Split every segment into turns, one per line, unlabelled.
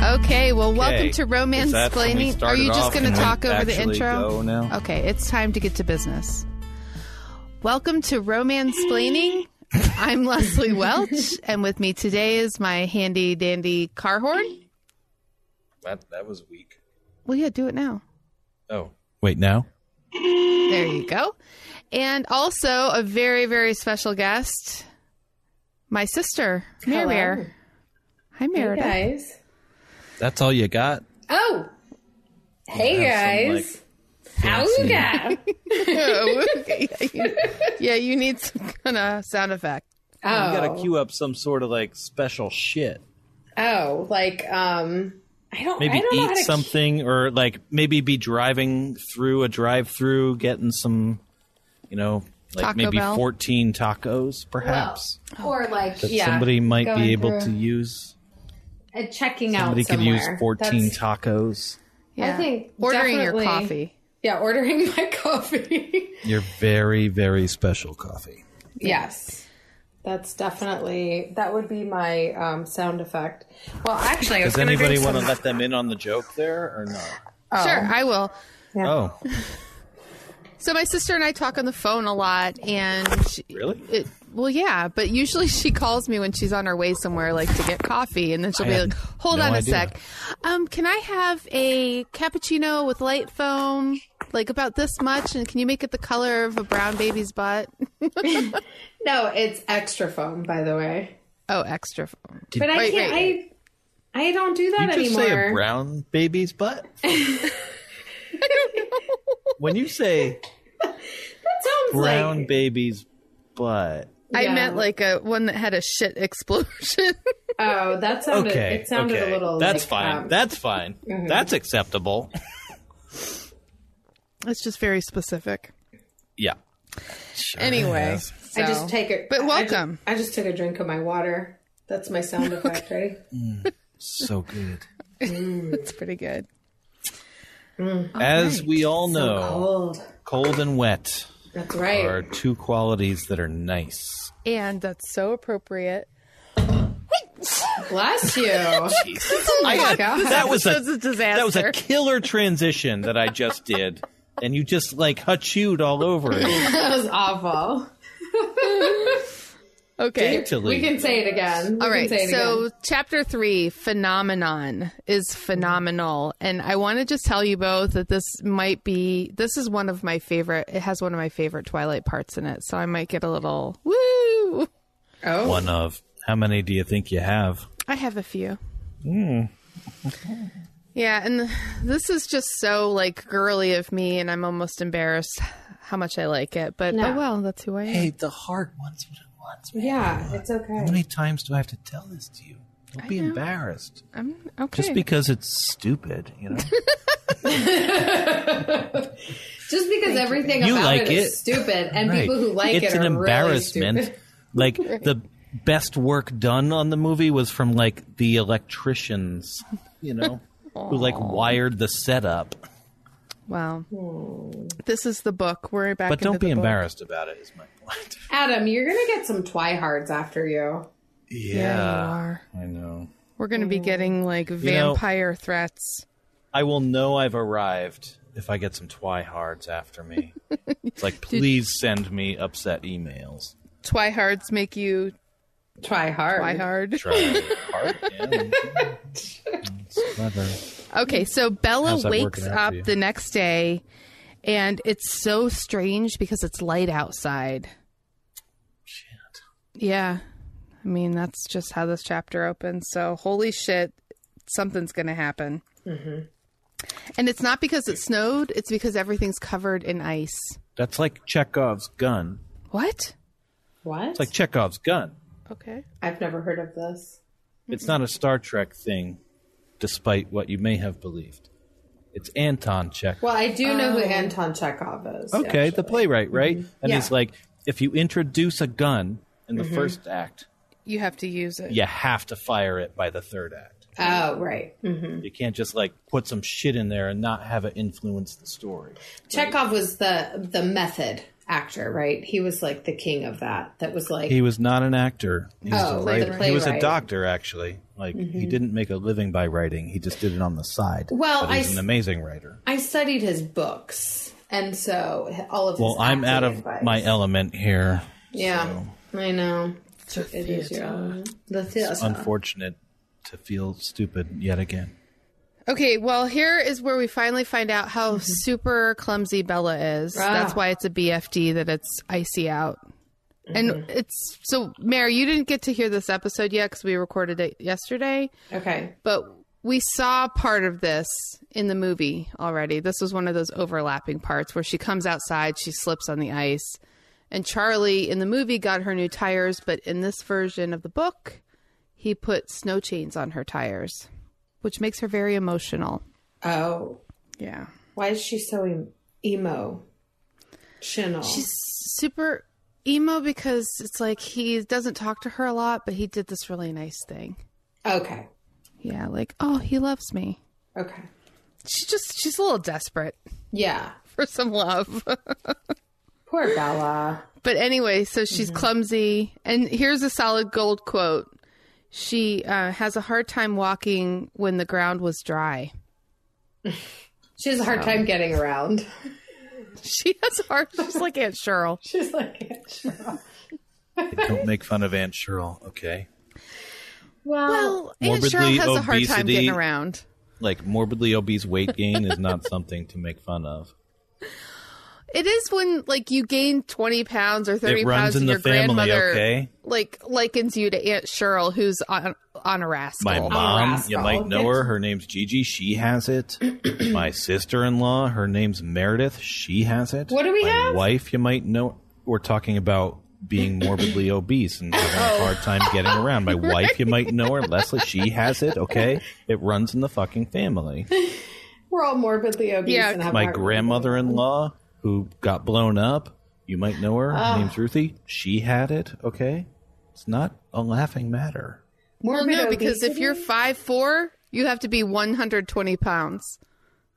Okay, well, welcome
Okay.
to
Is
Romance
that when we
Explaining. Are
started
you just
off?
going to
Can we
talk over the
actually
intro?
go now?
Okay, it's time to get to business. Welcome to Romance Explaining. I'm Leslie Welch, and with me today is my handy dandy car horn.
That that was weak.
Well, yeah, do it now.
Oh, wait now.
There you go. And also a very, very special guest, my sister, Mary
Hello.
Bear. Hi,
Hey
Meredith.
guys.
That's all you got.
Oh. Hey
Yeah, some,
guys.
fancy-
Auga.
yeah, you need some kind of sound effect.
You gotta
oh.
queue up some sort of like special shit.
oh, like um I don't I
Maybe
don't know how
eat
to
something, or like maybe be driving through a drive-through, getting some, you know, like
Taco
maybe
Bell?
fourteen tacos, perhaps
Oh. or like
that
yeah.
somebody might
going
be able to
through-
use.
uh, checking
Somebody
out
could
somewhere.
use fourteen
That's-
tacos.
Yeah.
think
ordering
definitely-
your coffee.
Yeah, ordering my coffee.
Your very very special coffee.
yes. That's definitely that would be my um, sound effect. Well, actually, I was
Does
gonna
anybody
drink
want to
some-
let them in on the joke there or not?
Sure, I will.
Oh,
So my sister and I talk on the phone a lot, and she,
really?
it, well, yeah, but usually she calls me when she's on her way somewhere, like to get coffee, and then she'll
I
be
had
like, "Hold
no
on a
idea.
sec, um, can I have a cappuccino with light foam, like about this much, and can you make it the color of a brown baby's butt?"
No, it's extra foam, by the way.
Oh, extra foam.
But I
Wait,
can't. I I don't do
you
that
just
anymore.
say a brown baby's butt? when you say
That sounds
brown
like
baby's butt,
I
Yeah.
meant like a one that had a shit explosion.
Oh, that sounded.
okay,
It sounded
okay,
a little.
that's
like,
fine.
um,
that's fine. That's acceptable.
it's just very specific.
yeah.
Anyway,
I
so-
just take it.
But welcome.
I just, I just took a drink of my water. That's my sound effect. Ready?
so good.
It's pretty good.
As we all know,
Cold.
cold and wet
That's right.
are two qualities that are nice.
And that's so appropriate.
Bless you. oh my god.
That was
This is a
a
disaster.
that was a killer transition that I just did, and you just like hachooed all over it.
that was awful.
okay.
We can say it again. We
All right.
Can say it
So,
again.
chapter three, phenomenon, is phenomenal. And I want to just tell you both that this might be, this is one of my favorite, it has one of my favorite Twilight parts in it. So, I might get a little woo.
Oh.
one of. How many do you think you have?
I have a few.
Hmm.
yeah, and this is just so like girly of me, and I'm almost embarrassed how much I like it. But
No.
oh well, that's who I am.
Hey, the heart wants what it wants. man.
Yeah, it's
How
okay.
many times do I have to tell this to you? Don't be embarrassed.
I'm okay.
Just because it's stupid, you know.
Just because everything
You
about
like
it is
it.
stupid, and
Right.
people who like
it's
it
an
are
embarrassment.
Really stupid.
like the best work done on the movie was from like the electricians, you know, who like wired the setup.
wow, this is the book. We're back.
But
into
don't
the
be
book.
embarrassed about it. Is my point.
Adam, you're gonna get some twihards after you.
Yeah, you are.
I know.
We're going to be getting like
know-
vampire threats.
I will know I've arrived if I get some Twihards after me. it's like, please send me upset emails.
Twihards make you
Try hard.
twihard.
Try hard. Yeah. It's clever.
Okay, so Bella
How's that
wakes
working out
up
for you?
the next day, and it's so strange because it's light outside.
Shit.
Yeah. I mean, that's just how this chapter opens. So, holy shit, something's going to happen.
Mm-hmm.
And it's not because it snowed, it's because everything's covered in ice.
That's like Chekhov's gun.
What?
What?
It's like Chekhov's gun.
Okay.
I've never heard of this.
It's not a Star Trek thing, despite what you may have believed. It's Anton Chekhov.
Well, I do know who Anton Chekhov is.
okay,
actually.
the playwright, right? And he's
Yeah. Mm-hmm.
like, if you introduce a gun in the first act,
You have to use it.
you have to fire it by the third act.
Oh, right. Mhm.
You can't just like put some shit in there and not have it influence the story.
Chekhov was the the method actor, right? He was like the king of that. That was like
He was not an actor. He was
Oh,
a
like the
writer. he was a
playwright. Mm-hmm.
doctor, actually. Like he didn't make a living by writing. He just did it on the side.
Well,
but he's
I
an
s-
amazing writer.
I studied his books, and so all of his
Well, I'm out of
acting advice.
my element here.
yeah. I know it is your
theater.
element. the theater.
It's unfortunate to feel stupid yet again.
Okay, well, here is where we finally find out how super clumsy Bella is.
Ah.
That's why it's a BFD that it's icy out. And it's so, Mary, you didn't get to hear this episode yet because we recorded it yesterday,
Okay,
but we saw part of this in the movie already. This was one of those overlapping parts where she comes outside, she slips on the ice. And Charlie in the movie got her new tires, but in this version of the book, he put snow chains on her tires, which makes her very emotional.
oh,
Yeah.
why is she so em- emo? Chanel.
She's super emo because it's like he doesn't talk to her a lot, but he did this really nice thing.
okay,
Yeah, like, oh, he loves me.
okay,
She just, she's a little desperate
yeah.
for some love.
Poor Bella.
but anyway, so she's clumsy. And here's a solid gold quote She uh, has a hard time walking when the ground was dry.
She has a
Oh.
hard time getting around.
She has a hard, she's like Aunt Cheryl.
She's like, Chanel.
Don't make fun of Aunt Cheryl, okay?
well,
Well, Aunt Cheryl
Morbidly
has a hard time
obesity.
getting around.
Like morbidly obese weight gain is not something to make fun of.
It is when like you gain twenty pounds or thirty
It runs
pounds,
in
and
the
your
family,
grandmother
okay?
like likens you to Aunt Cheryl, who's on on a rascal.
My mom,
rascal.
you might know her. Her name's Gigi. She has it. My sister-in-law, her name's Meredith. She has it.
What do we
My
have?
Wife, you might know. We're talking about being morbidly obese and having a
Oh.
hard time getting around. My wife, you might know her. Leslie, she has it. Okay, it runs in the fucking family.
we're all morbidly obese.
Yeah.
and have
My
hard-
grandmother-in-law, who got blown up, you might know her. Her name's Ruthie. She had it. Okay, it's not a laughing matter.
Well,
Morbid
no, because if
obesity?
you're five four, you have to be one hundred twenty pounds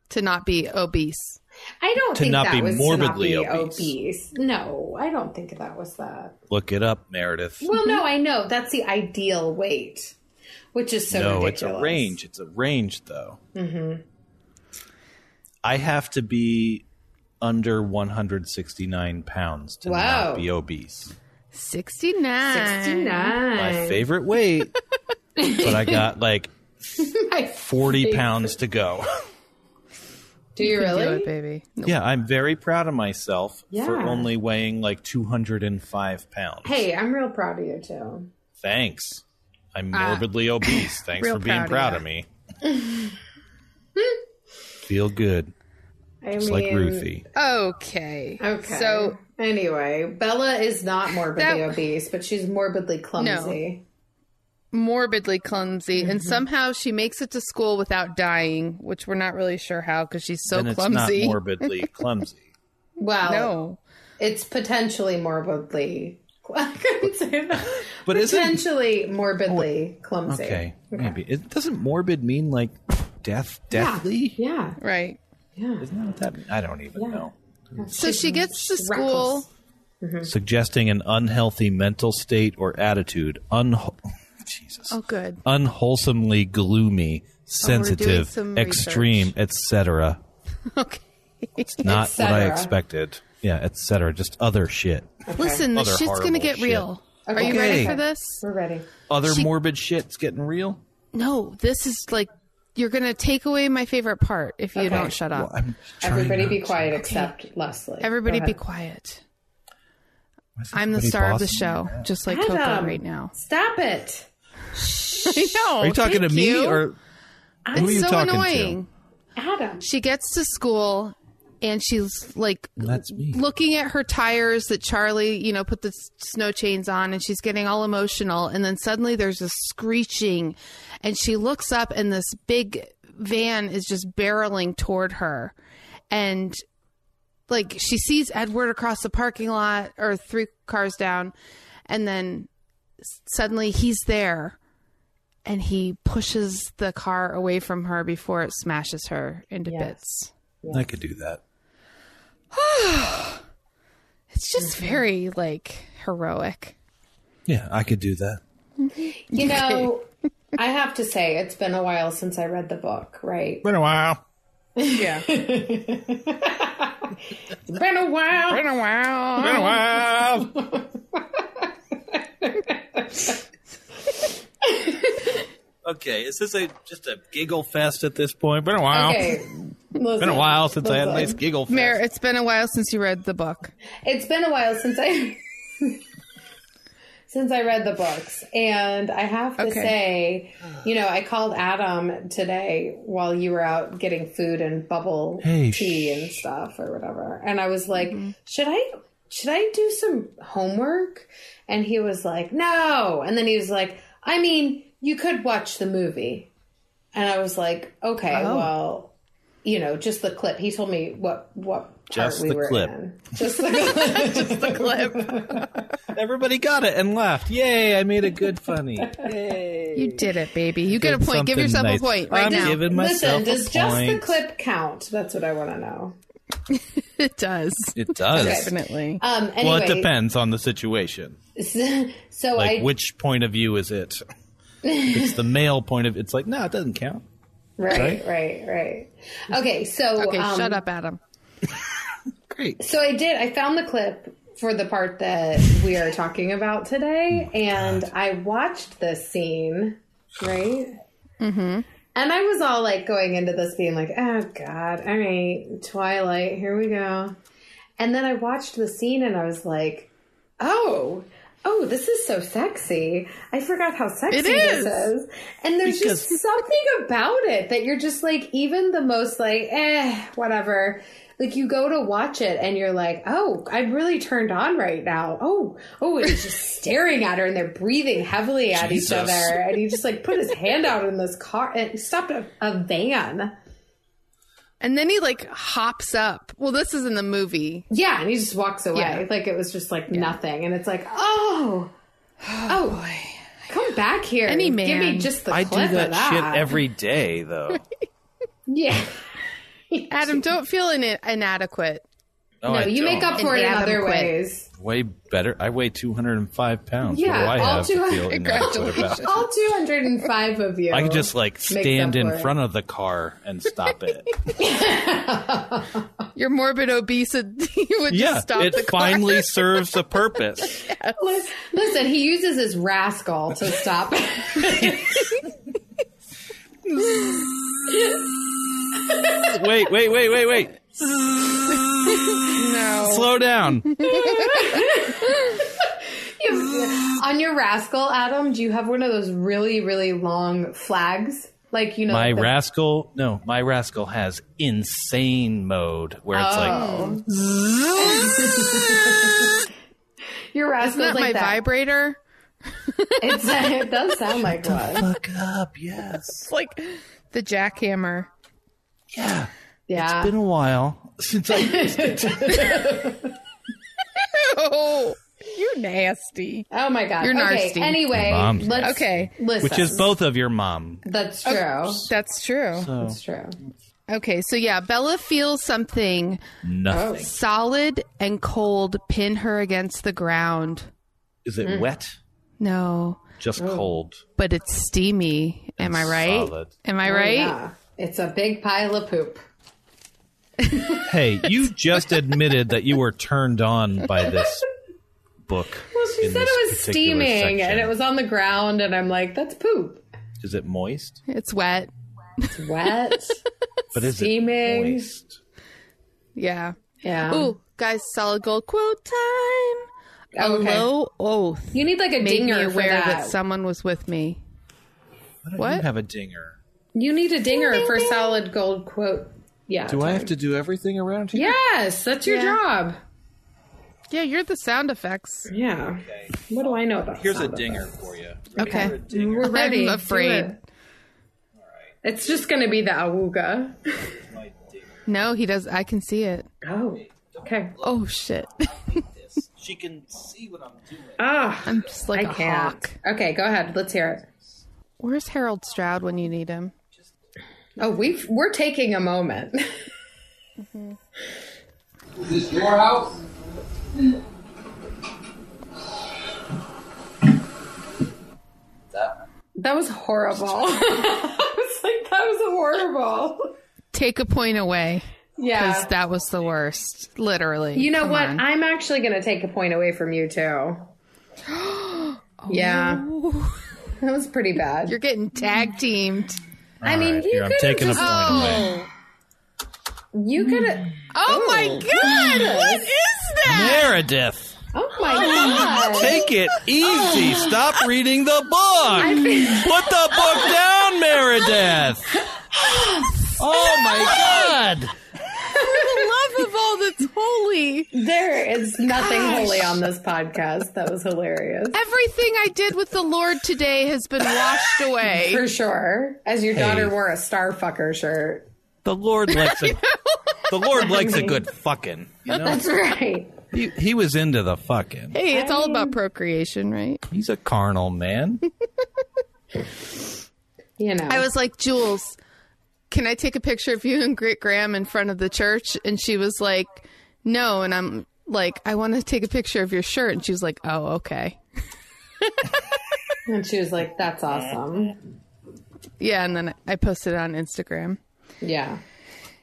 to not be obese.
I don't
To
think
not
that
be
was
morbidly
to not be
obese.
obese. No, I don't think that was that. Mm-hmm.
Look it up, Meredith.
Well, no, I know that's the ideal weight, which is so
no,
ridiculous.
it's a range. It's a range, though. Mm-hmm. I have to be under 169 pounds to
Wow.
not be obese.
Sixty nine.
My
Sixty-nine.
favorite weight, but I got like
My-
40 pounds to go.
Do you
Do
really?
it, baby.
yeah, I'm very proud of myself for
Yeah.
only weighing like 205 pounds.
Hey, I'm real proud of you too.
Thanks. I'm morbidly obese. Thanks
real
for being
proud of
proud
ya.
of me. Feel good.
I
It's
mean,
like Ruthie.
Okay.
Okay.
So
anyway, Bella is not morbidly
That-
obese, but she's morbidly clumsy.
morbidly clumsy, and somehow she makes it to school without dying, which we're not really sure how because she's so
and it's
clumsy.
not morbidly clumsy.
Well,
no.
it's potentially morbidly. I couldn't say that.
But isn't
potentially morbidly clumsy.
okay? Maybe it doesn't morbid mean like death, deathly?
Yeah.
Right.
Yeah.
Isn't that what that means? I don't even know.
So she gets to school.
reckless.
Mm-hmm.
Suggesting an unhealthy mental state or attitude, unho- Jesus,
Oh, good.
unwholesomely gloomy, sensitive,
some
extreme, etc.
Okay.
Not
Et
what I
cetera.
expected. Yeah, etc. Just other shit,
Listen,
Other
this shit's gonna
horrible
get
shit.
real. Are you
Okay.
ready for this?
We're ready.
other morbid shit's getting real.
No, this is like you're gonna take away my favorite part if you don't shut up.
Well, I'm trying
Everybody
not
be
to.
quiet except Leslie.
Everybody
Go
be
ahead.
quiet.
Why is
I'm the
everybody
star of the
bossing
show,
me around?
just like
Adam.
Coco right now.
Stop it.
I know.
Are you talking
Oh, thank
to me
you.
or who are
It's
you
so
talking
annoying.
Adam.
She gets to school and she's like
to? That's me.
looking at her tires that Charlie, you know, put the s- snow chains on and she's getting all emotional. And then suddenly there's a screeching and she looks up and this big van is just barreling toward her. And like she sees Edward across the parking lot or three cars down. And then s- suddenly he's there and he pushes the car away from her before it smashes her into
Yes.
bits.
I could do that.
It's It's just very like heroic.
Yeah, I could do that.
You know, I have to say, it's been a while since I read the book, right?
Been a while.
Yeah.
It's been a while.
Been a while.
Been a while. okay, is this a just a giggle fest at this point? Been a while.
Okay.
Been a while since I had a nice giggle fest.
Mayor, it's been a while since you read the book.
It's been a while since I since I read the books, and I have to
Okay.
say, you know, I called Adam today while you were out getting food and bubble
Hey,
tea and stuff or whatever, and I was like, should I should I do some homework? And he was like, no, and then he was like, I mean, you could watch the movie, and I was like, okay, well. You know, just the clip. He told me what what part
Just
we
the
were
clip.
in. Just the clip.
The clip.
Everybody got it and laughed. Yay! I made a good funny.
You did it, baby. You get a
Did
point. Give
something
yourself
nice.
a point right
I'm
now.
giving myself
Listen, does
a
just the
point.
clip count? That's what I want to know.
It does.
It does.
Definitely.
Um, anyway,
Well, it depends on the situation.
So
Like,
I
which point of view is it? It's the male point of. It's like, no, it doesn't count.
right, right, right. Okay, so
okay,
um,
shut up, Adam.
Great.
So I did. I found the clip for the part that we are talking about today,
Oh
and I watched this scene, right? Mm-hmm. And I was all like going into this being like, oh god, all right, Twilight, here we go. And then I watched the scene, and I was like, oh. Oh, this is so sexy. I forgot how sexy
It is.
this is. And there's just something about it that you're just like, even the most like, eh, whatever. Like you go to watch it and you're like, oh, I'm really turned on right now. Oh, oh, and he's just staring at her and they're breathing heavily at
Jesus.
each other. And he just like put his hand out in this car and stopped a, a van.
And then he like hops up. Well, this is in the movie.
Yeah, and he just walks away.
Yeah.
Like it was just like nothing. And it's like, oh, oh, come back here.
Any
and Give me
man.
just the
I do
clip
that,
of that
shit every day, though.
Yeah.
Adam, don't feel in- inadequate.
No, Oh, I
No, you make
don't.
up for it in other
Inadequate.
ways.
way better. I weigh 205 pounds.
Yeah,
what do I
all
have to feel
200
inadequate about?
All 205 of you.
I could just like
up
stand in
for it.
front of the car and stop it.
Your morbid obesity would
yeah,
just stop
it
the car.
finally serves a purpose.
Listen, he uses his rascal to stop.
Wait, wait, wait, wait, wait.
no.
Slow down.
On your rascal, Adam, do you have one of those really, really long flags? Like, you know,
My
like the-
rascal, no, my rascal has insane mode where it's like
your rascal's
Isn't that
like
my
that.
vibrator?
It's, it does sound like one.
fuck up. Yes,
It's like the jackhammer.
yeah.
Yeah.
Been a while since I.
Oh, you nasty.
oh my god.
You're
okay.
nasty.
Anyway,
Your mom's
let's
Okay,
listen.
Which is both of your mom.
That's true.
that's true.
So
That's true.
Okay, so yeah, Bella feels something
Oh.
nothing.
solid and cold pin her against the ground.
Is it
Mm.
wet?
No,
Just
Oh.
cold.
but it's steamy. Am I right?
solid.
Am I right?
Oh, Yeah. It's a big pile of poop.
Hey, you just admitted that you were turned on by this book.
Well, she
in
said
this
it was
particular
steaming and
section.
it was on the ground, and I'm like, that's poop.
Is it moist?
It's wet.
It's wet.
But is it
Steaming.
moist?
Yeah.
yeah.
Ooh, guys, solid gold quote time. A
Okay.
low oath
You need like a
made me
dinger for
aware
that.
that. someone was with me.
Why don't You
What?
have a dinger.
you need a dinger for solid gold quote. Yeah.
Do I have to do everything around here?
Yes, that's your
Yeah.
job.
Yeah, you're the sound effects.
Yeah. What do I know about?
Here's a
sound
dinger for you.
Okay.
Here's a dinger.
We're ready.
I'm
Do
afraid.
it. It's just gonna be the awooga.
My dinger.
No, he does. I can see it.
Oh. Okay.
Oh shit!
She can see what I'm doing.
Ah.
I'm just
I
like a
can't.
hawk.
Okay, go ahead. Let's hear it.
Where's Harold Stroud when you need him?
Oh, we've we're taking a moment.
Is this your house?
That was horrible. I was like, that was horrible.
Take a point away because
Yeah.
that was the worst. Literally.
you know
Come
what?
on.
I'm actually going to take a point away from you too. yeah. That was pretty bad.
Oh. You're getting tag teamed.
I mean,
Alright,
you
here, I'm
could've
taking a
just-
point away.
you could have.
Oh my god! What is that?
Meredith,
Oh my god.
take it easy. Stop reading the book. Put the book down, Meredith. Oh my god.
For the love of all that's holy.
There is nothing holy on this podcast. That was hilarious.
Everything I did with the Lord today has been washed away.
For sure. As your daughter wore a star fucker shirt.
The Lord likes a The Lord likes a good fucking. You know?
That's right.
He he was into the fucking.
Hey, it's all about procreation, right?
He's a carnal man.
You know.
I was like, Jules, can I take a picture of you and Grit Graham in front of the church? And she was like, No. And I'm like, I want to take a picture of your shirt. And she was like, Oh, okay.
and she was like, that's awesome.
Yeah. And then I posted it on Instagram.
Yeah.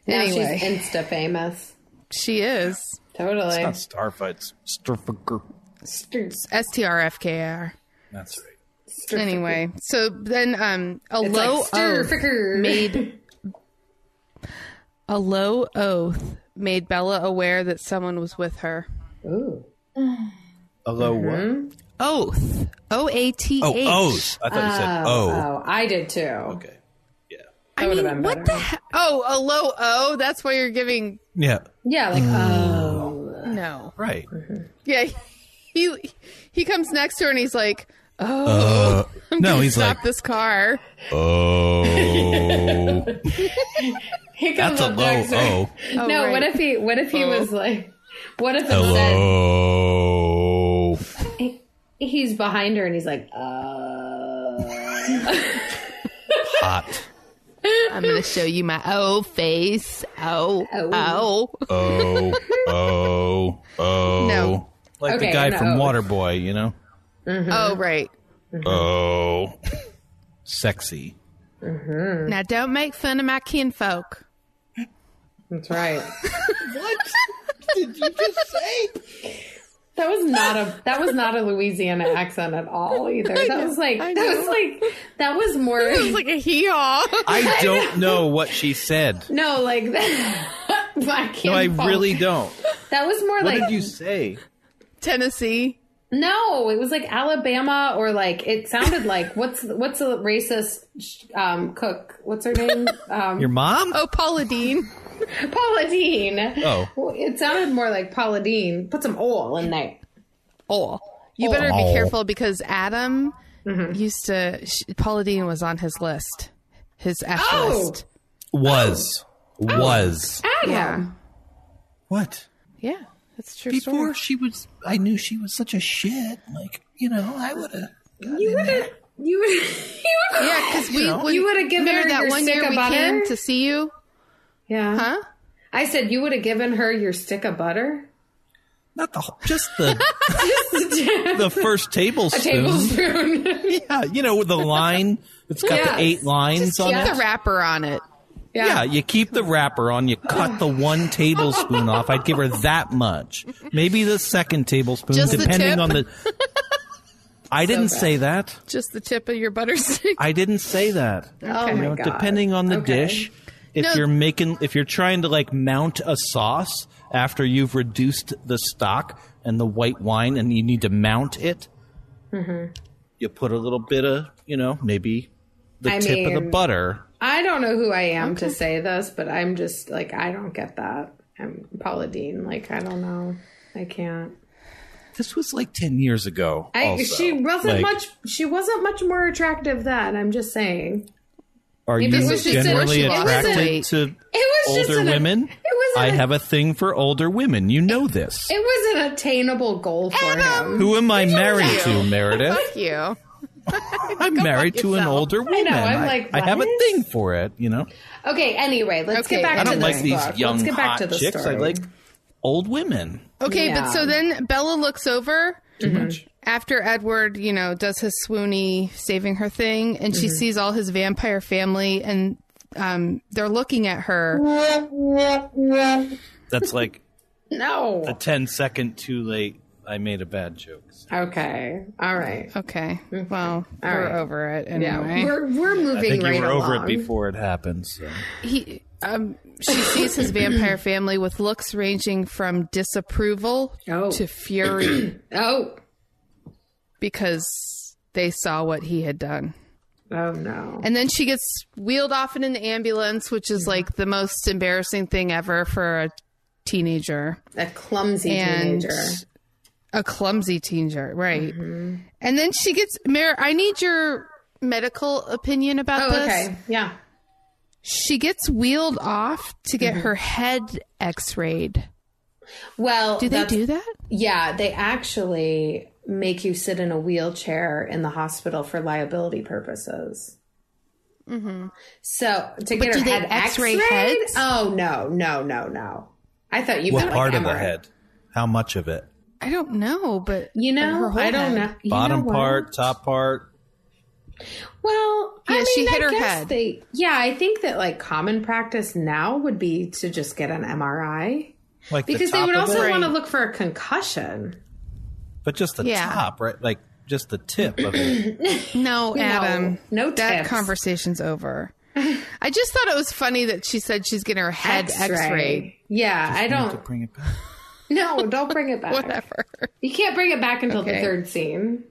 Now
Anyway.
she's insta famous.
She is
Totally.
Not Starfight. Starfucker.
STRFKR.
That's right.
Anyway, so then um, a low
stir
oath made a low oath made Bella aware that someone was with her.
Ooh.
Hello, what?
Oath. O A T
Oh,
H.
oath. I thought you said oh.
Oh, I did too.
Okay. Yeah.
I
would've
mean,
been
what the
better.
he- Oh, a low O? That's why you're giving.
Yeah.
Yeah, like, oh.
No.
Right.
Yeah. He, he comes next to her and he's like,
Uh, no, he's
stop
like,
this car.
oh,
He comes
that's a
up
low
next to her.
O.
Oh,
No,
right. Oh.
what if he, what if he was like, what if it said
Hello.
he's behind her and he's like, oh.
Hot.
I'm going to show you my O face. Oh, oh.
Oh, oh, oh.
No.
Like
Okay,
the guy
no.
from Waterboy, you know?
Oh, right.
Oh. Sexy.
Now, don't make fun of my kinfolk.
That's right.
What did you just say?
That was not a that was not a Louisiana accent at all either. That was like
I
that
know.
was like that was more
It was like a hee haw.
I don't know what she said.
no like that. I can't.
No, I
follow.
really don't.
That was more
What
like
did you say?
Tennessee.
no. It was like Alabama or like it sounded like what's what's a racist um, cook? What's her name? Um,
Your mom?
Oh, Paula Dean.
Paula Dean.
Oh.
Well, It sounded more like Paula Dean. Put some oil in there.
Oh, you better
Oh.
be careful because Adam
Mm-hmm.
used to. Sh- Paula Dean was on his list, his F
Oh.
list.
Was. Was.
Adam.
Yeah,
What?
yeah, that's a true.
Before
Story.
she was, I knew she was such a shit. Like, you know, I would have.
You would have. You would. You would.
Yeah, because we when-
You would've given
remember
her
that
your
one year
stick of
we
butter?
came to see you,
Yeah.
huh?
I said you would have given her your stick of butter.
Not the whole- just the the first tablespoon.
tablespoon.
Yeah, you know, with the line. It's got
Yeah.
the eight lines on
Put
it.
the wrapper on it.
Yeah, you keep the wrapper on. You cut the one tablespoon off. I'd give her that much. Maybe the second tablespoon,
Just the
depending
tip?
on the. I didn't say that.
Just the tip of your butter stick.
I didn't say that.
Oh my
know,
god.
depending on the
Okay.
dish, if
No.
you're making, if you're trying to like mount a sauce after you've reduced the stock and the white wine, and you need to mount it,
Mm-hmm.
you put a little bit of, you know, maybe the
I
tip of the
mean-
butter.
I don't know who I am to say this, but I'm just like I don't get that. I'm Paula Dean. Like I don't know. I can't.
This was like ten years ago.
I
also.
she
Like,
wasn't much. She wasn't much more attractive then. I'm just saying.
Are
Maybe
you
it was just
generally
an- it was an-
attracted to
It was just
older
an,
women?
It was. An,
I have a thing for older women. You know this.
It was an attainable goal for him.
Who am I married to, Meredith?
Fuck you.
I'm married to an older woman.
know, I'm like,
I have a
what?
thing for it, you know.
Okay. Anyway, let's
Okay,
get back
I
I
to
don't
this
like these
book.
young
let's get back
hot
to the
chicks.
story.
I like old women.
Okay,
Yeah.
but so then Bella looks over
Too much.
after Edward, you know, does his swoony saving her thing, and
Mm-hmm.
she sees all his vampire family, and um, they're looking at her.
That's like a
No.
10 second too late. I made a bad joke.
Okay. All right.
Okay, well, we're
Mm-hmm. right.
over it
Yeah,
anyway.
we're we're moving
I think
right
you were over
along.
it before it happened. So.
he um she sees his vampire family with looks ranging from disapproval
Oh.
to fury
Oh,
because they saw what he had done.
oh no.
And then she gets wheeled off in an ambulance, which is like the most embarrassing thing ever for a teenager
A clumsy
and
teenager. Mm-hmm.
a clumsy teenager, right? And then she gets Mayor. I need your medical opinion about
Oh,
this.
okay. Yeah.
She gets wheeled off to get her
Mm-hmm.
head x-rayed.
Well,
Do they
that's-
do that?
Yeah, they actually make you sit in a wheelchair in the hospital for liability purposes. So to get her
Mm-hmm. do they
head
x-ray
x-rayed?
heads?
Oh no, no, no, no! I thought you
What
meant
part
like
of the
MRI.
head? How much of it?
I don't know, but
You know,
her whole
I don't
head.
know. You
Bottom
know what?
part, top part?
Well, I
Yeah,
mean,
she hit
I
her
guess
head.
They, yeah, I think that like common practice now would be to just get an MRI
Like the
because they
top
would
of
also
it?
want to look for a concussion.
But just the
Yeah.
top, right? Like just the tip of it.
no, Adam,
no
that
tips.
conversation's over. I just thought it was funny that she said she's getting her head
X-ray.
X-rayed.
Yeah, I
You have to
don't.
bring it back.
No, don't bring it back.
Whatever.
You can't bring it back until the
Okay.
third scene.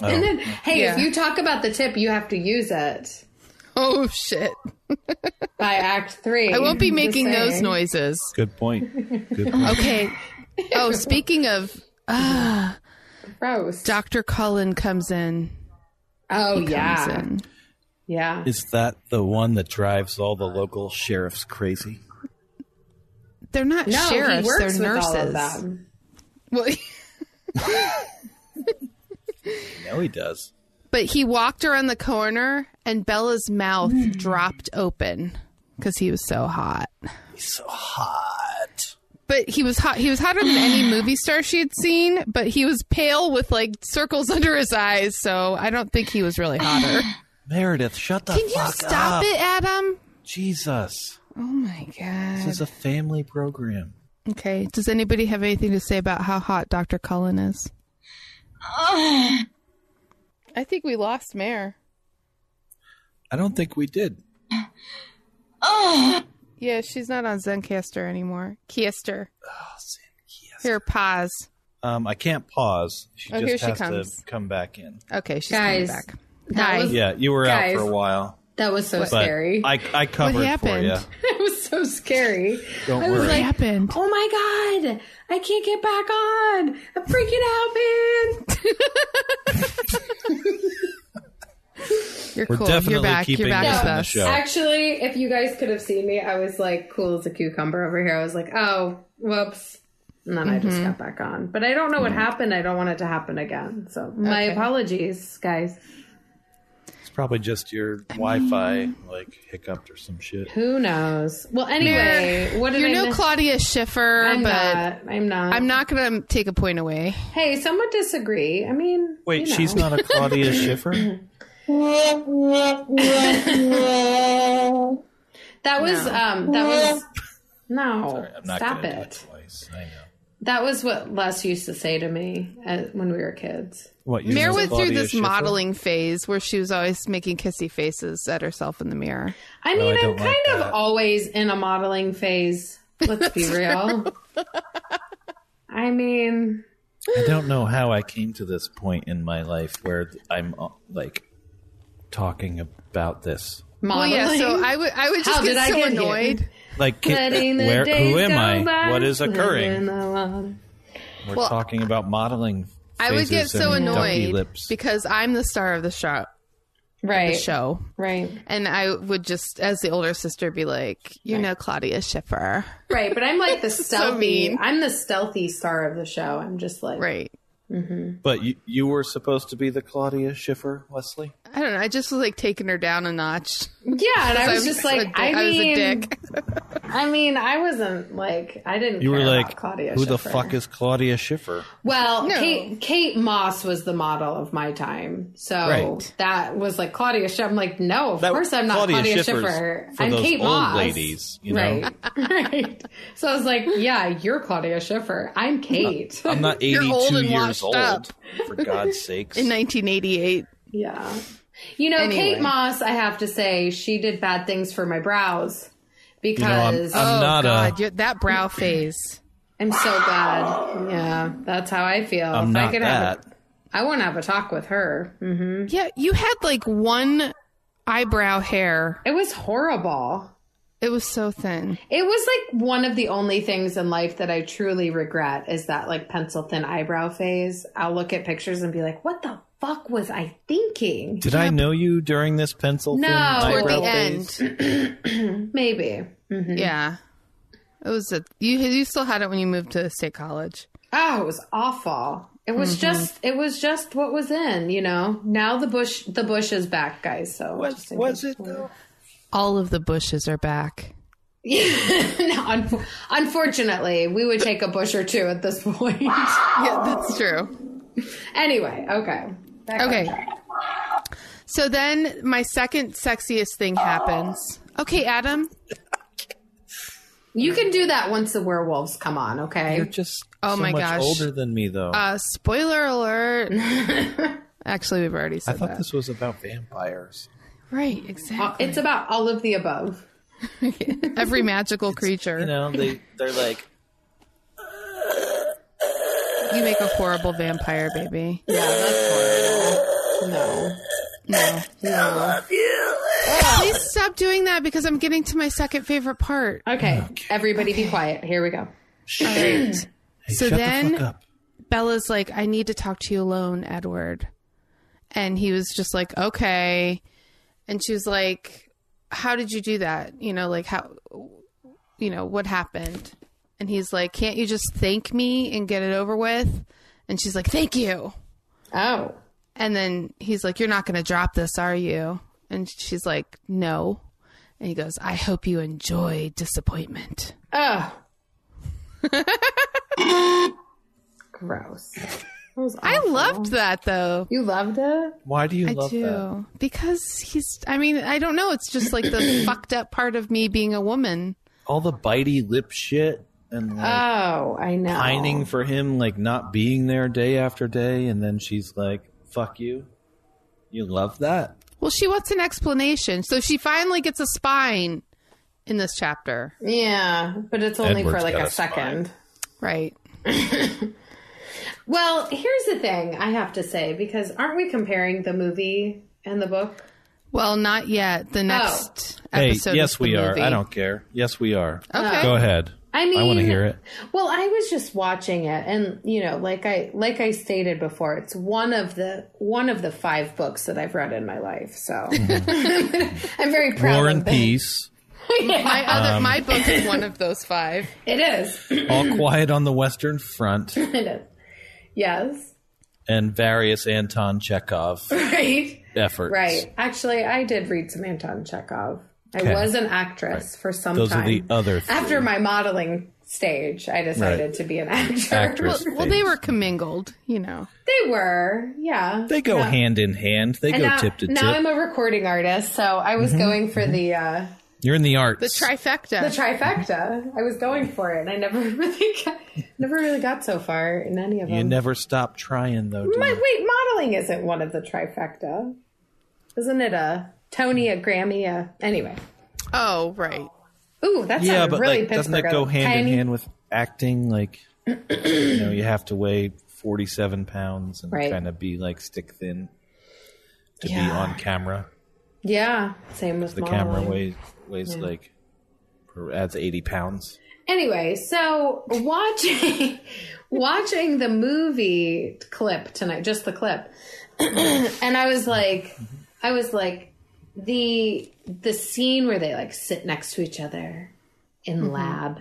Oh.
And then, hey,
Yeah.
if you talk about the tip, you have to use it
Oh shit!
by Act Three.
I won't be making
Just
those
saying.
noises.
Good point. Good point.
Okay. Oh, speaking of,
Gross.
Dr. Cullen comes in.
oh
Comes
yeah,
in.
yeah.
Is that the one that drives all the local sheriffs crazy?
They're not
No, he
sheriffs;
works
they're
with
nurses.
all of them.
Well,
No, he does.
but he walked around the corner, and Bella's mouth
Mm.
dropped open because he was so hot.
He's so hot.
but he was hot. He was hotter than any movie star she had seen, but he was pale with like circles under his eyes. So I don't think he was really hotter.
Meredith, shut the
Can you
fuck
stop
up.
it, Adam?
Jesus.
Oh my god.
This is a family program.
okay. Does anybody have anything to say about how hot Dr. Cullen is? I think we lost Mare.
I don't think we did.
Yeah, she's not on Zencaster anymore. Kiester.
Oh,
Here, pause.
Um, I can't pause. She
Oh,
just
here she
has
comes.
to come back in.
Okay, she's
Guys,
coming back.
that
Hi.
was-
Yeah, you were
Guys,
out for a while,
That was so
but
scary.
I I covered for
happened?
you.
it was so scary.
Don't
I was
What
worry.
like,
happened?
Oh my god, I can't get back on. I'm freaking out, man.
You're
We're
cool. You're
definitely
back.
keeping
You're back
this
with
in the
us.
show.
Um, Actually, if you guys could have seen me, I was like cool as a cucumber over here. I was like, oh, whoops. And then I just
Mm-hmm.
got back on. But I don't know what
Mm.
happened. I don't want it to happen again. So my
Okay.
apologies, guys.
It's probably just your Wi-Fi like hiccuped or some shit.
Who knows? Well, anyway, what did
You're
I
no
miss?
Claudia Schiffer,
I'm
but
not. I'm not.
I'm not going to take a point away.
Hey, someone disagree. I mean,
Wait,
you know.
she's not a Claudia Schiffer.
That was um. That was no.
I'm not
stop
gonna do
it.
twice. I know.
That was what Les used to say to me as, when we were kids.
What?
Mare went through this modeling phase where she was always making kissy faces at herself in the mirror.
I
I
mean, I'm
don't
kind
like
of
that.
always in a modeling phase. Let's be real. I mean,
I don't know how I came to this point in my life where th- I'm uh, like talking about this.
Oh
modeling.
yeah, so I would I would just
How did
get
I
so
get here?
annoyed.
Like, ki-
Letting the
where?
days
Who am
go
I?
by,
What is
letting
occurring?
the water-
We're talking about modeling.
I would get
phases
so
and dumpy
annoyed
lips.
because I'm the star of the show,
Right.
show,
Right.
and I would just, as the older sister, be like, "You know, Claudia Schiffer,
Right. But I'm like the stealthy.
mean.
I'm the stealthy star of the show. I'm just like.
right?"
But you, you were supposed to be the Claudia Schiffer, Leslie.
I don't know. I just was like taking her down a notch.
Yeah, and I was
I'm
just like,
a di-
I
I was
mean,
a dick.
I mean, I wasn't like I didn't.
You
care
were
about
like,
Claudia.
who the
Schiffer.
fuck is Claudia Schiffer?
Well,
No.
Kate, Kate Moss was the model of my time, so
Right.
that was like Claudia Schiffer. I'm like, no, of
That-
course I'm not Claudia,
Schiffer's
Schiffer.
for
I'm
those
Kate
old
Moss.
ladies, you know?
Right, right. So I was like, yeah, you're Claudia Schiffer. I'm Kate.
I'm not 82
old and
years
washed
old.
up.
For God's sakes.
in 1988.
Yeah. You know,
Anyway.
Kate Moss, I have to say, she did bad things for my brows
You know, I'm-
because
I'm
Oh
not a-
God, you- that brow phase.
I'm, so bad. Yeah, that's how I feel.
I'm
If I
not
could
that.
Have a, I want to have a talk with her. Mhm.
Yeah, you had like one eyebrow hair.
It was horrible.
It was so thin.
It was like one of the only things in life that I truly regret is that like pencil thin eyebrow phase. I'll look at pictures and be like, what the fuck was I thinking?
Did I know you during this pencil
No.
thin
Toward
Toward
eyebrow
the
phase?
end, Mm-hmm.
Maybe.
yeah, it was a you. You still had it when you moved to state college.
Oh, it was awful. It was just it was just what was in, you know. Now the bush the bush is back, guys. So
Was,
just in
was
case-
it though?
All of the bushes are back.
no, un- unfortunately, we would take a bush or two at this point.
Yeah, that's true.
anyway, okay. Back on
Okay.
track.
So then my second sexiest thing happens. Okay, Adam.
You can do that once the werewolves come on,
You're
okay?
just
Oh
so
my
much
gosh.
older than me though.
Uh, spoiler alert. Actually, we've already
I
said
thought
that.
this was about vampires.
Right,
Uh,
exactly.
It's about all of the above.
Every magical creature.
You know, they they're like
You make a horrible vampire, baby.
Yeah, that's horrible. No.
No.
No.
Please stop doing that because I'm getting to my second favorite part.
Okay, everybody be quiet. Here we go.
shit. Hey,
So
shut
then-
the fuck up.
Bella's like, I need to talk to you alone, Edward. And he was just like, okay. And she was like, how did you do that? You know, like, how, you know, what happened? And he's like, can't you just thank me and get it over with? And she's like, thank you.
Oh.
And then he's like, You're not going to drop this, are you? And she's like, No. And he goes, I hope you enjoy disappointment.
Oh. Gross.
I loved that though.
You loved it?
Why do you
I
love
do.
that?
Because he's, I mean, I don't know. It's just like the fucked up part of me being a woman.
All the bitey lip shit and like
Uh,
Oh, I know.
pining for him like not being there day after day and then she's like, Fuck you. You love that?
Well, she wants an explanation. So she finally gets a spine in this chapter,
Yeah, but it's only for
Edward's
like
got
a
a
second.
right?
Well, here's the thing I have to say because aren't we comparing the movie and the book?
Well, not yet. The next episode.
hey,
is
yes
the
we are.
movie. Oh.
I don't care. Yes we are.
Okay.
Go ahead.
I mean,
I want to hear it.
Well, I was just watching it, and you know, like I like I stated before, it's one of the one of the five books that I've read in my life. So I'm very proud.
War
of
and
that.
Mm-hmm. Peace.
My other, my
Um,
book is one of those five.
It is.
All Quiet on the Western Front
It is. Yes.
and various Anton Chekhov
Right.
efforts.
Right. Actually, I did read some Anton Chekhov. I
Okay.
was an actress for some
Those
time.
are the other
After my modeling stage, I decided
Right.
to be an actor.
actress.
Well, well, they were commingled, you know.
They were, yeah.
They go hand in hand. They
And
go
now,
tip to tip. Mm-hmm.
now I'm a recording artist, so I was going for the uh,
You're in the arts.
The trifecta.
the trifecta. I was going for it, and I never really got, never really got so far in any of
you
them.
never stop trying, though. Do
My-
you?
wait, modeling isn't one of the trifecta, isn't it? A Tony, a Grammy, a anyway.
oh, right.
Ooh, that
Yeah,
sounded
but
really
like, doesn't
Pittsburgh.
that go hand
Tiny-
in hand with acting? Like, you know, you have to weigh 47 pounds and
Right.
kind of be like stick thin to be
Yeah.
on camera.
Yeah, same with
The
modeling.
camera weighs weighs like or adds 80 pounds.
Anyway, so watching watching the movie clip tonight, just the clip, and I was like, I was like, the the scene where they like sit next to each other in lab,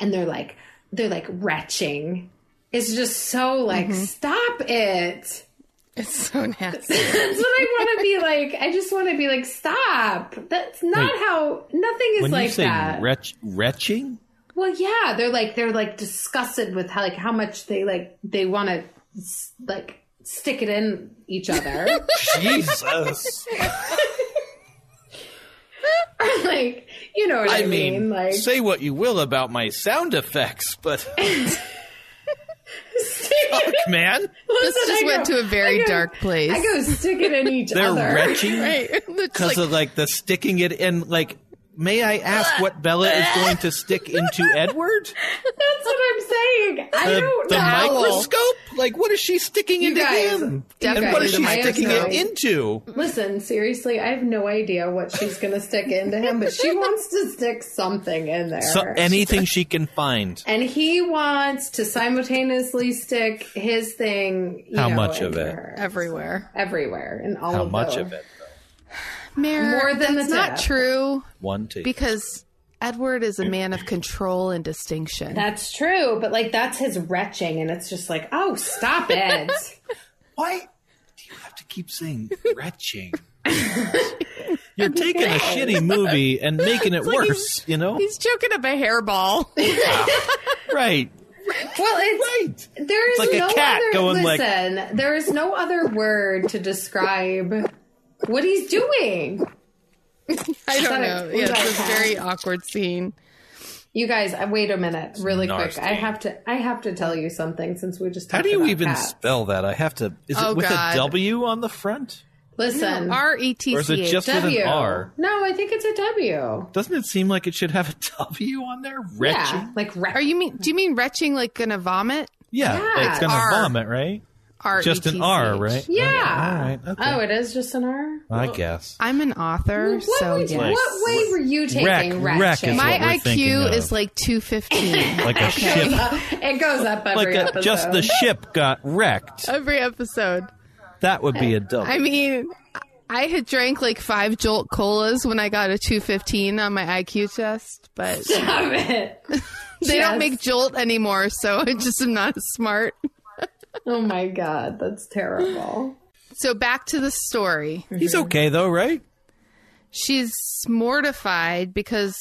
and they're like they're like retching. It's just so like stop it.
It's so nasty.
That's what I want to be like. I just want to be like, stop. That's not
Wait.
how. Nothing is
when
like
you say
that.
wretch, retching,
well, yeah, they're like they're like disgusted with how like how much they like they want to like stick it in each other.
Jesus.
like you know what I,
I mean,
Like
say what you will about my sound effects, but fuck, man,
This
Listen,
just
I
went
go-
to a very
I go-
dark place.
I go stick it in each
they're
other.
retching
right? It's
because
like,
of like the sticking it in. Like, may I ask what Bella is going to stick into Edward?
That's what I'm saying. I
The,
don't
the
know.
microscope? Like, what is she sticking
You
into
guys,
him?
you
and what
guys,
is she
I have
sticking
no-
it into?
Listen, seriously, I have no idea what she's going to stick into him, but she wants to stick something in there.
So, anything she can find.
and he wants to simultaneously stick his thing. You
How
know,
much of
into
it?
her.
everywhere.
Everywhere. In all
How
of
much
those.
of it? though?
Mare,
More than
that's
the
not
tip.
true
One take.
because Edward is a man of control and distinction.
That's true, but like that's his retching, and it's just like, oh, stop it.
Why do you have to keep saying retching? You're taking a shitty movie and making it
like
worse, you know?
He's choking up a hairball.
Right.
well,
Right.
it's There
It's
is
like a
no
cat
other,
going like-
listen, there is no other word to describe what he's doing.
I don't
Sorry,
know.
we
Yeah,
got
it's a
that.
very awkward scene.
You guys, uh, wait a minute, really
Nasty.
quick. I have to I have to tell you something since we just
How
talked
do you
about
even
cats.
spell that? I have to. Is
Oh,
it with
God.
a W on the front?
Listen.
R E T
Or is it
C
just
H.
with
W.
an R?
No, I think it's a W.
Doesn't it seem like it should have a W on there?
Yeah,
Retching?
like rat.
Are you mean? Do you mean retching like gonna vomit?
Yeah.
Yeah.
It's going to
R.
vomit, right?
R E T C H.
Just an R, right?
Yeah.
Okay, all right, okay.
Oh, it is just an R.
I guess.
I'm an author,
What,
so
would you-
yeah.
Like-
what way were you taking
wreck is what
ratching?
My
we're thinking
IQ
of.
is like 215
Like a ship.
it goes up
Like
every
a,
episode.
just the ship got wrecked.
every episode.
That would be a W.
I mean, I had drank like five Jolt colas when I got a 215 on my IQ test, but they
Stop it.
don't
Yes.
make Jolt anymore, so I just am not as smart.
Oh my god, that's terrible.
So back to the story.
He's okay, though, right?
She's mortified because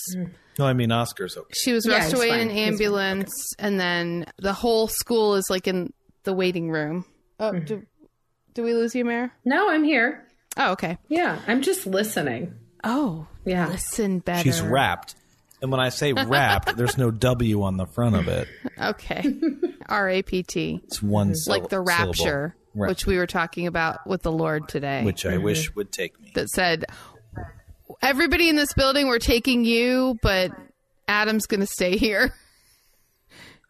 No, I mean, Oscar's okay.
she was
Mm. Yeah,
rushed
he's
away in
fine.
an
He's fine.
ambulance, and then the whole school is like in the waiting room. Oh,
Mm-hmm.
do, do we lose you, Mayor?
No, I'm here.
Oh, okay.
Yeah, I'm just listening.
Oh,
Yeah.
Listen better.
She's wrapped. And when I say wrapped, there's no W on the front of it.
Okay. R A P T.
It's one syllable.
Like the rapture,
Right.
which we Mhm. were talking about with the Lord today,
Which I wish would take me.
that said, everybody in this building, we're taking you, but Adam's going to stay here.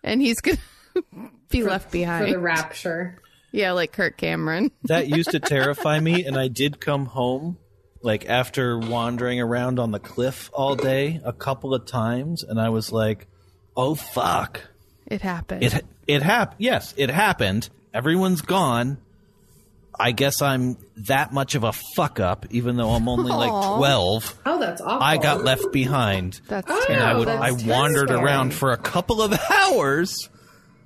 And he's going to be left
For
behind.
the rapture.
yeah, like Kurt Cameron.
That used to terrify me, and I did come home, like after wandering around on the cliff all day a couple of times, and I was like, oh fuck.
It happened.
It, it happened. Yes, it happened. Everyone's gone. I guess I'm that much of a fuck up, even though I'm only
Aw.
like 12.
Oh, that's awful.
I got left behind.
That's
Oh,
and I
terrible.
would
that's
I wandered
terrifying.
around for a couple of hours,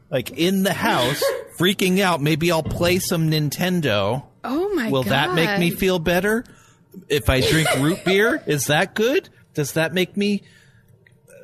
like in the house, freaking out. Maybe I'll play some Nintendo.
oh my
Will
God.
that make me feel better? If I drink root beer, is that good? Does that make me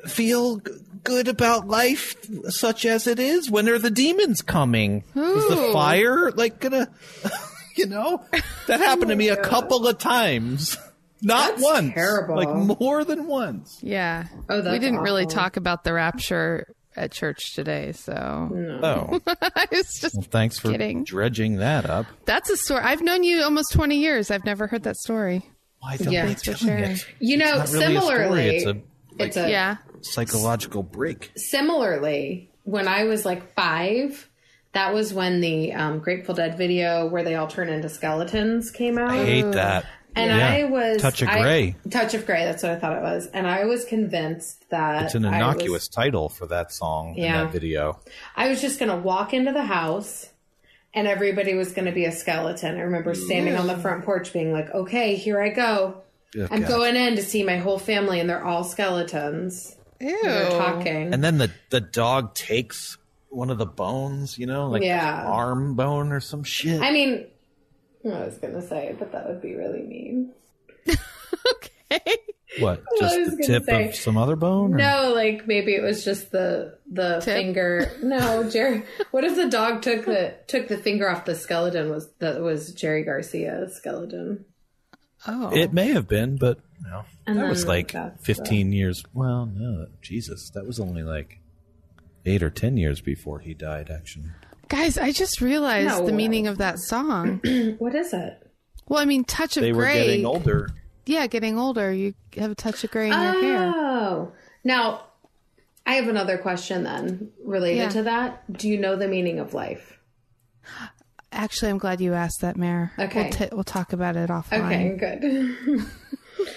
feel g- good about life, such as it is? When are the demons coming? Is the
Ooh.
fire like gonna? You know, that happened to me a couple of times. Not
That's
once,
terrible.
like more than once.
Yeah.
Oh,
we
that's
didn't really
awful.
talk about the rapture at church today, so
Mm.
Oh,
I was just
thanks for
Kidding.
dredging that up.
That's a story. I've known you almost 20 years. I've never heard that story.
Why don't
Yeah.
they
Thanks
for
tell
sharing.
it?
You know,
It's not really a story,
similarly,
it's a, like,
it's a-
Yeah.
psychological break.
similarly when I was like five. That was when the um, Grateful Dead video where they all turn into skeletons came out.
I hate that.
and
Yeah.
I was
touch of
I-
gray.
touch of gray. That's what I thought it was, and I was convinced that
It's an
I was-
innocuous title for that song in
Yeah.
that video.
I was just going to walk into the house and everybody was going to be a skeleton. I remember standing on the front porch being like, okay, here I go. I'm
God.
going in to see my whole family and they're all skeletons.
Ew.
They're talking.
And then the the dog takes one of the bones, you know, like
Yeah.
arm bone or some shit.
I mean, I was gonna say, but that would be really mean.
okay.
What?
I
Just
was
the
gonna
tip
say-
of some other bone? or-
No, like maybe it was just the the
Hmm. Tip?
finger. No, Jerry. What if the dog took the took the finger off the skeleton? Was that was Jerry Garcia's skeleton?
Oh.
It may have been, but no.
And
that was
then
like
that's the-
15 years. Well, no, Jesus, that was only like eight or 10 years before he died, actually.
Guys, I just realized
No.
the meaning of that song.
What is it?
well, I mean, touch of
They were
gray.
getting older.
Yeah, getting older. You have a touch of gray in your hair.
Oh, now I have another question then related
Yeah.
to that. Do you know the meaning of life?
Actually, I'm glad you asked that, Mayor.
Okay.
We'll, t- we'll talk about it offline.
Okay, good.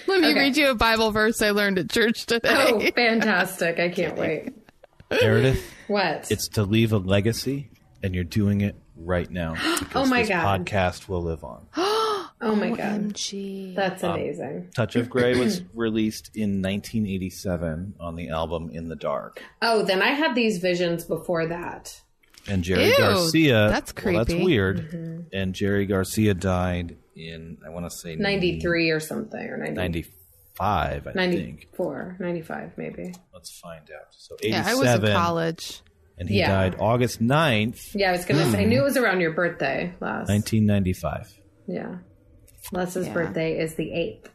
Let me
Okay.
read you a Bible verse I learned at church
Oh,
today.
fantastic! I can't wait.
Meredith,
What?
it's to leave a legacy, and you're doing it right now.
Oh
because
my
this
God.
podcast will live on.
oh my god,
OMG.
that's amazing.
Touch of Grey was released in 1987 on the album In the Dark.
Oh, then I had these visions before that.
And Jerry
Ew,
Garcia.
that's
well, that's
creepy.
weird.
Mm-hmm.
And Jerry Garcia died in, I want to say,
93 or something or 90,
95, I think.
94 95 maybe
Let's find out. So
yeah,
87.
I was in college.
And he
Yeah.
died August 9th,
yeah i was gonna
Hmm.
say i knew it was around your birthday last
1995.
yeah les's
Yeah.
birthday is the 8th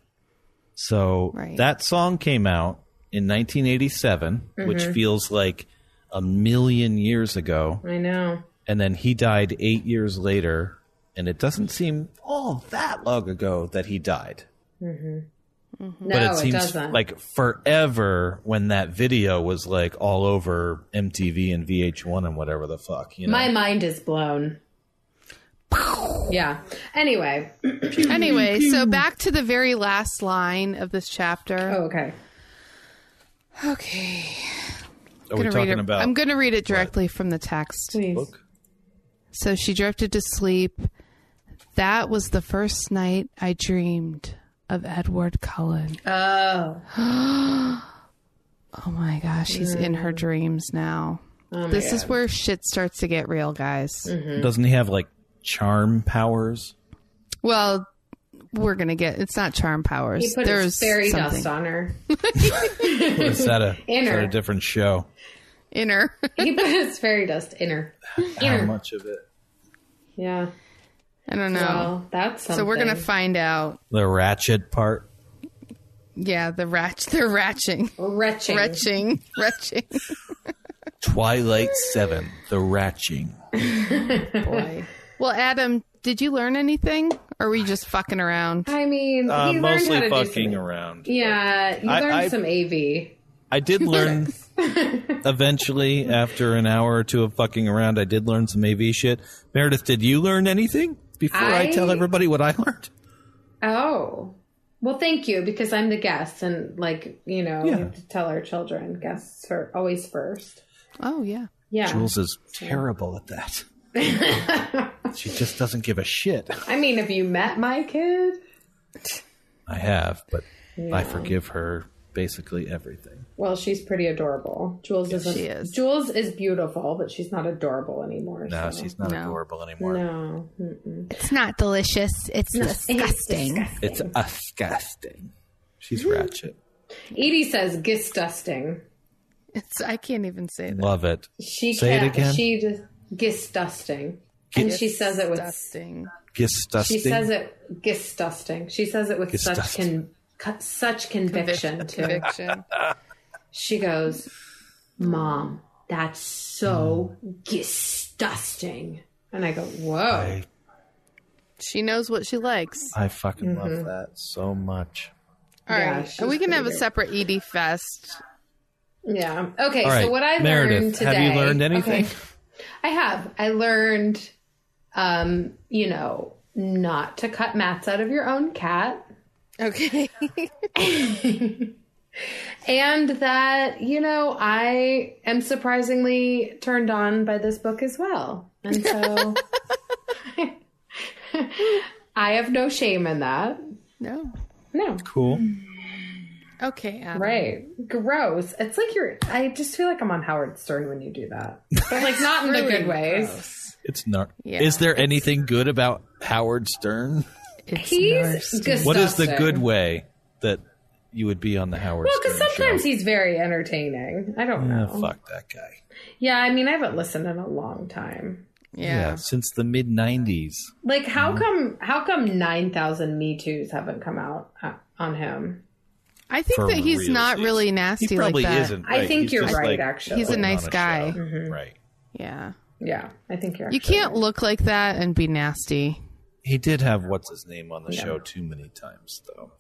So
Right.
that song came out in 1987, which
Mm-hmm.
feels like a million years ago.
i know
And then he died eight years later. And it doesn't seem all that long ago that he died.
no
but it
it,
seems
doesn't
like forever when that video was like all over MTV and VH1 and whatever the fuck. You know?
my mind is blown yeah anyway
Anyway, so back to the very last line of this chapter.
oh, okay Oh.
Okay.
Are
Gonna
we
read
talking
it-
about
I'm going to read it directly from the text.
please
book?
So she drifted to sleep. That was the first night I dreamed of Edward Cullen.
oh
Oh my gosh, he's in
Mm.
her dreams now.
Oh
this is where shit starts to get real, guys.
Mm.
Doesn't he have like charm powers?
Well, we're gonna get. It's not charm powers.
he put
There's
his fairy
something
dust on her
Or is that a, is that
Inner.
a different show?
in her.
he put his fairy dust in her
How much of it?
yeah
I don't know.
well that's something.
so we're gonna find out.
The ratchet part.
Yeah, the ratch. They're ratching,
retching
retching, retching.
Twilight 7, The Ratching.
Boy. Well, Adam, did you learn anything, or were you just fucking around?
i mean
Uh,
he learned how
mostly
to do
fucking
something.
around.
yeah you
I-
learned
I-
some av
I did learn eventually after an hour or two of fucking around. I did learn some AV shit. Meredith, did you learn anything before I,
I-
tell everybody what I learned?
Oh. Well, thank you because I'm the guest and like, you know, we
Yeah.
have to tell our children guests are always first.
Oh yeah.
Yeah.
Jules is terrible at that. she just doesn't give a shit.
I mean, have you met my kid?
I have, but I forgive her basically everything.
Well, she's pretty adorable. Jules is
she is.
Jules is beautiful, but she's not adorable anymore.
No,
so-
she's not
No.
adorable anymore.
No.
It's not delicious. It's disgusting.
It's disgusting. She's ratchet.
Edie says gistusting.
It's I can't even say that.
Love it.
She
Say it
can't
again.
she just gistusting. And she says it with
Disgusting.
Disgusting.
She says it gistusting. She says it with such
Gistusting.
con, cu- such conviction too.
Conviction.
She goes, "Mom, that's so disgusting." And I go, "Whoa,
I,
She knows what she likes.
I fucking love that so much.
All right,
Yeah,
and
she's
we can
pretty
have a
great.
separate Edie fest.
yeah." Okay,
All right,
so what I
Meredith,
learned today.
have you learned anything?
Okay, I have. I learned, um, you know, not to cut mats out of your own cat,
Okay.
and that you know I am surprisingly turned on by this book as well, and so. I have no shame in that.
no.
No.
Cool.
Okay. Adam.
Right. Gross. It's like you're I just feel like I'm on Howard Stern when you do that. But like not in the
Really
good ways.
gross.
It's not.
Yeah.
Is there anything good about Howard Stern?
It's
He's
nasty.
Gustafson.
What is the good way that you would be on the Howard
Well,
Stern
because sometimes
show?
he's very entertaining. I don't know.
Ah, fuck that guy.
Yeah, I mean, I haven't listened in a long time.
Yeah,
yeah.
since the mid '90s.
Like, how come? How come nine thousand Me Too's haven't come out uh, on him?
I think
For
that he's
real,
not
he-
really
He
nasty
probably
like that.
isn't.
I
right?
think
He's
you're
just,
right,
like,
actually. Mm-hmm.
He's a
putting on
nice guy.
show. Right.
Yeah.
Yeah, I think you're.
You
actually
can't look like that and be nasty.
He did have what's his name on the show too many times though.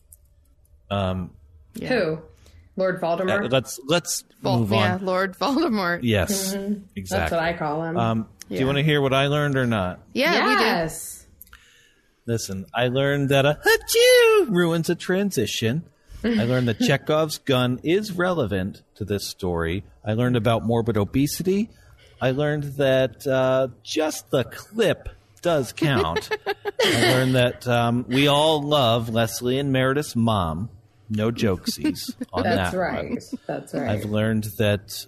Um,
Yeah.
Who? Lord Voldemort.
uh, let's let's
Vol-
move
Yeah,
on.
Lord Voldemort.
Yes, exactly.
Mm-hmm. That's what I call him.
Um, Do
Yeah.
you want to hear what I learned or not?
Yeah, we did.
yes.
Listen, I learned that a hachoo ruins a transition. I learned that Chekhov's gun is relevant to this story. I learned about morbid obesity. I learned that uh, just the clip does count. I learned that um, we all love Leslie and Meredith's mom. No jokesies on
That's
that
right.
one.
That's right.
I've learned that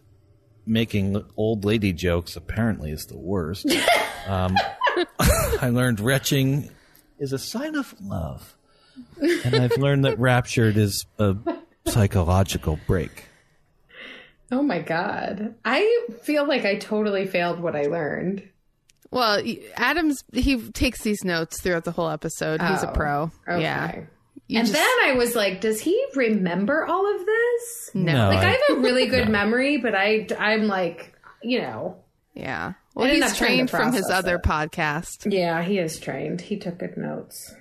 making old lady jokes apparently is the worst. um, I learned retching is a sign of love. And I've learned that raptured is a psychological break.
oh my god. I feel like I totally failed what I learned.
Well, y- Adams he takes these notes throughout the whole episode. He's a
Oh,
pro.
Okay.
Yeah. You
And
just-
then I was like, does he remember all of this?
no.
No,
Like I
I-
have a really good memory, but I I'm like, you know,
yeah. Well,
didn't
he's
have time to
trained from his
process
other
it.
podcast.
yeah, he is trained. He took good notes.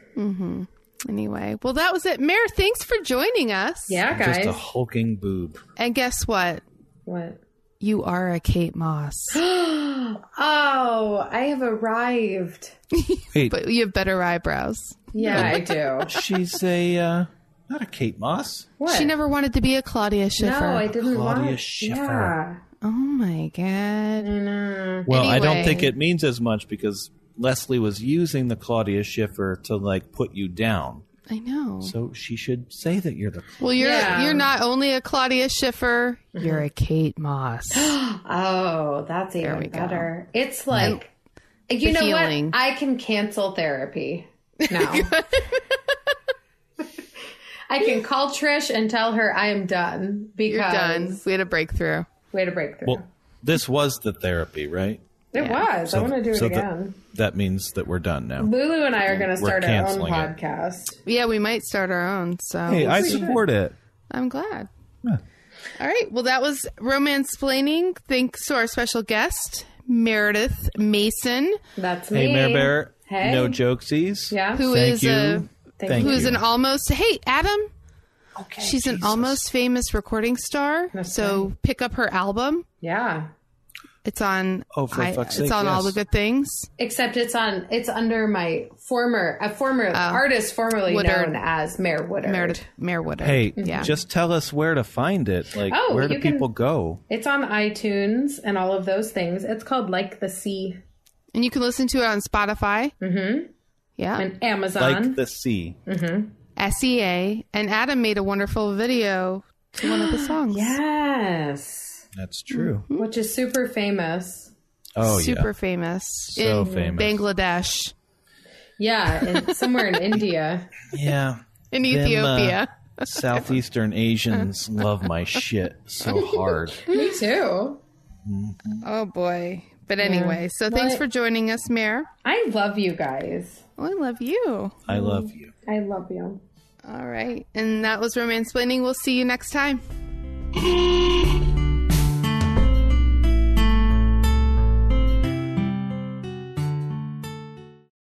Anyway, well, that was it. Mayor, thanks for joining us.
Yeah, guys.
Just a hulking boob.
And guess what?
What?
You are a Kate Moss,
Oh, I have arrived.
but you have better eyebrows.
Yeah, I do.
She's a, uh, not a Kate Moss.
What?
She never wanted to be a Claudia Schiffer.
No, I didn't
Claudia
want.
Schiffer.
Yeah.
Oh my god.
Mm. Mm-hmm.
Well, I don't
Anyway.
think it means as much because Leslie was using the Claudia Schiffer to, like, put you down.
I know.
So she should say that you're the
Well, you're
Yeah. Mm-hmm.
you're not only a Claudia Schiffer, you're a Kate Moss.
Oh, that's even
we go.
better. It's like you
The
know
healing.
what? I can cancel therapy now. I can call Trish and tell her I am done because
You're done. We had a breakthrough.
we had a breakthrough.
Well, this was the therapy, right?
it was. I want to do it
so the-
again.
That means that we're done now.
Lulu and I are going to start our own
canceling it.
podcast.
Yeah, we might start our own. So
Hey, I support it.
I'm glad. All right. Well, that was romance planning. Thanks to our special guest Meredith Mason,
That's me.
Hey, Mayor Bear.
Hey.
No jokesies.
Yeah.
who
Thank
is
you.
a
Thank
who is
you.
an almost hey Adam. Okay, She's an almost famous recording star. so pick up her album.
Yeah.
It's on.
Oh, for fuck's
It's
sake,
on all the
yes.
good things.
Except it's on. It's under my former a former artist formerly
Oh. Woodard.
known as Mayor Woodard.
Meredith Mayor Woodard.
Hey,
Yeah.
just tell us where to find it. Like,
Oh,
where do
you can-
people go?
It's on iTunes and all of those things. It's called Like the Sea
and you can listen to it on Spotify. Mm-hmm. Yeah.
and Amazon.
Like the sea.
Mm.
SEA. And Adam made a wonderful video to one of the songs.
yes.
That's true.
Which is super famous.
Oh,
Mm. Super
yeah.
famous
So
in
famous.
Bangladesh,
Yeah, in, somewhere in India.
Yeah.
in
uh,
Ethiopia.
Southeastern Asians love my shit so hard.
Me too.
oh boy! But anyway, so thanks
What?
for joining us, Mayor.
I love you guys.
Oh, I love you.
I love you.
I love you.
All right, and that was romance planning. We'll see you next time.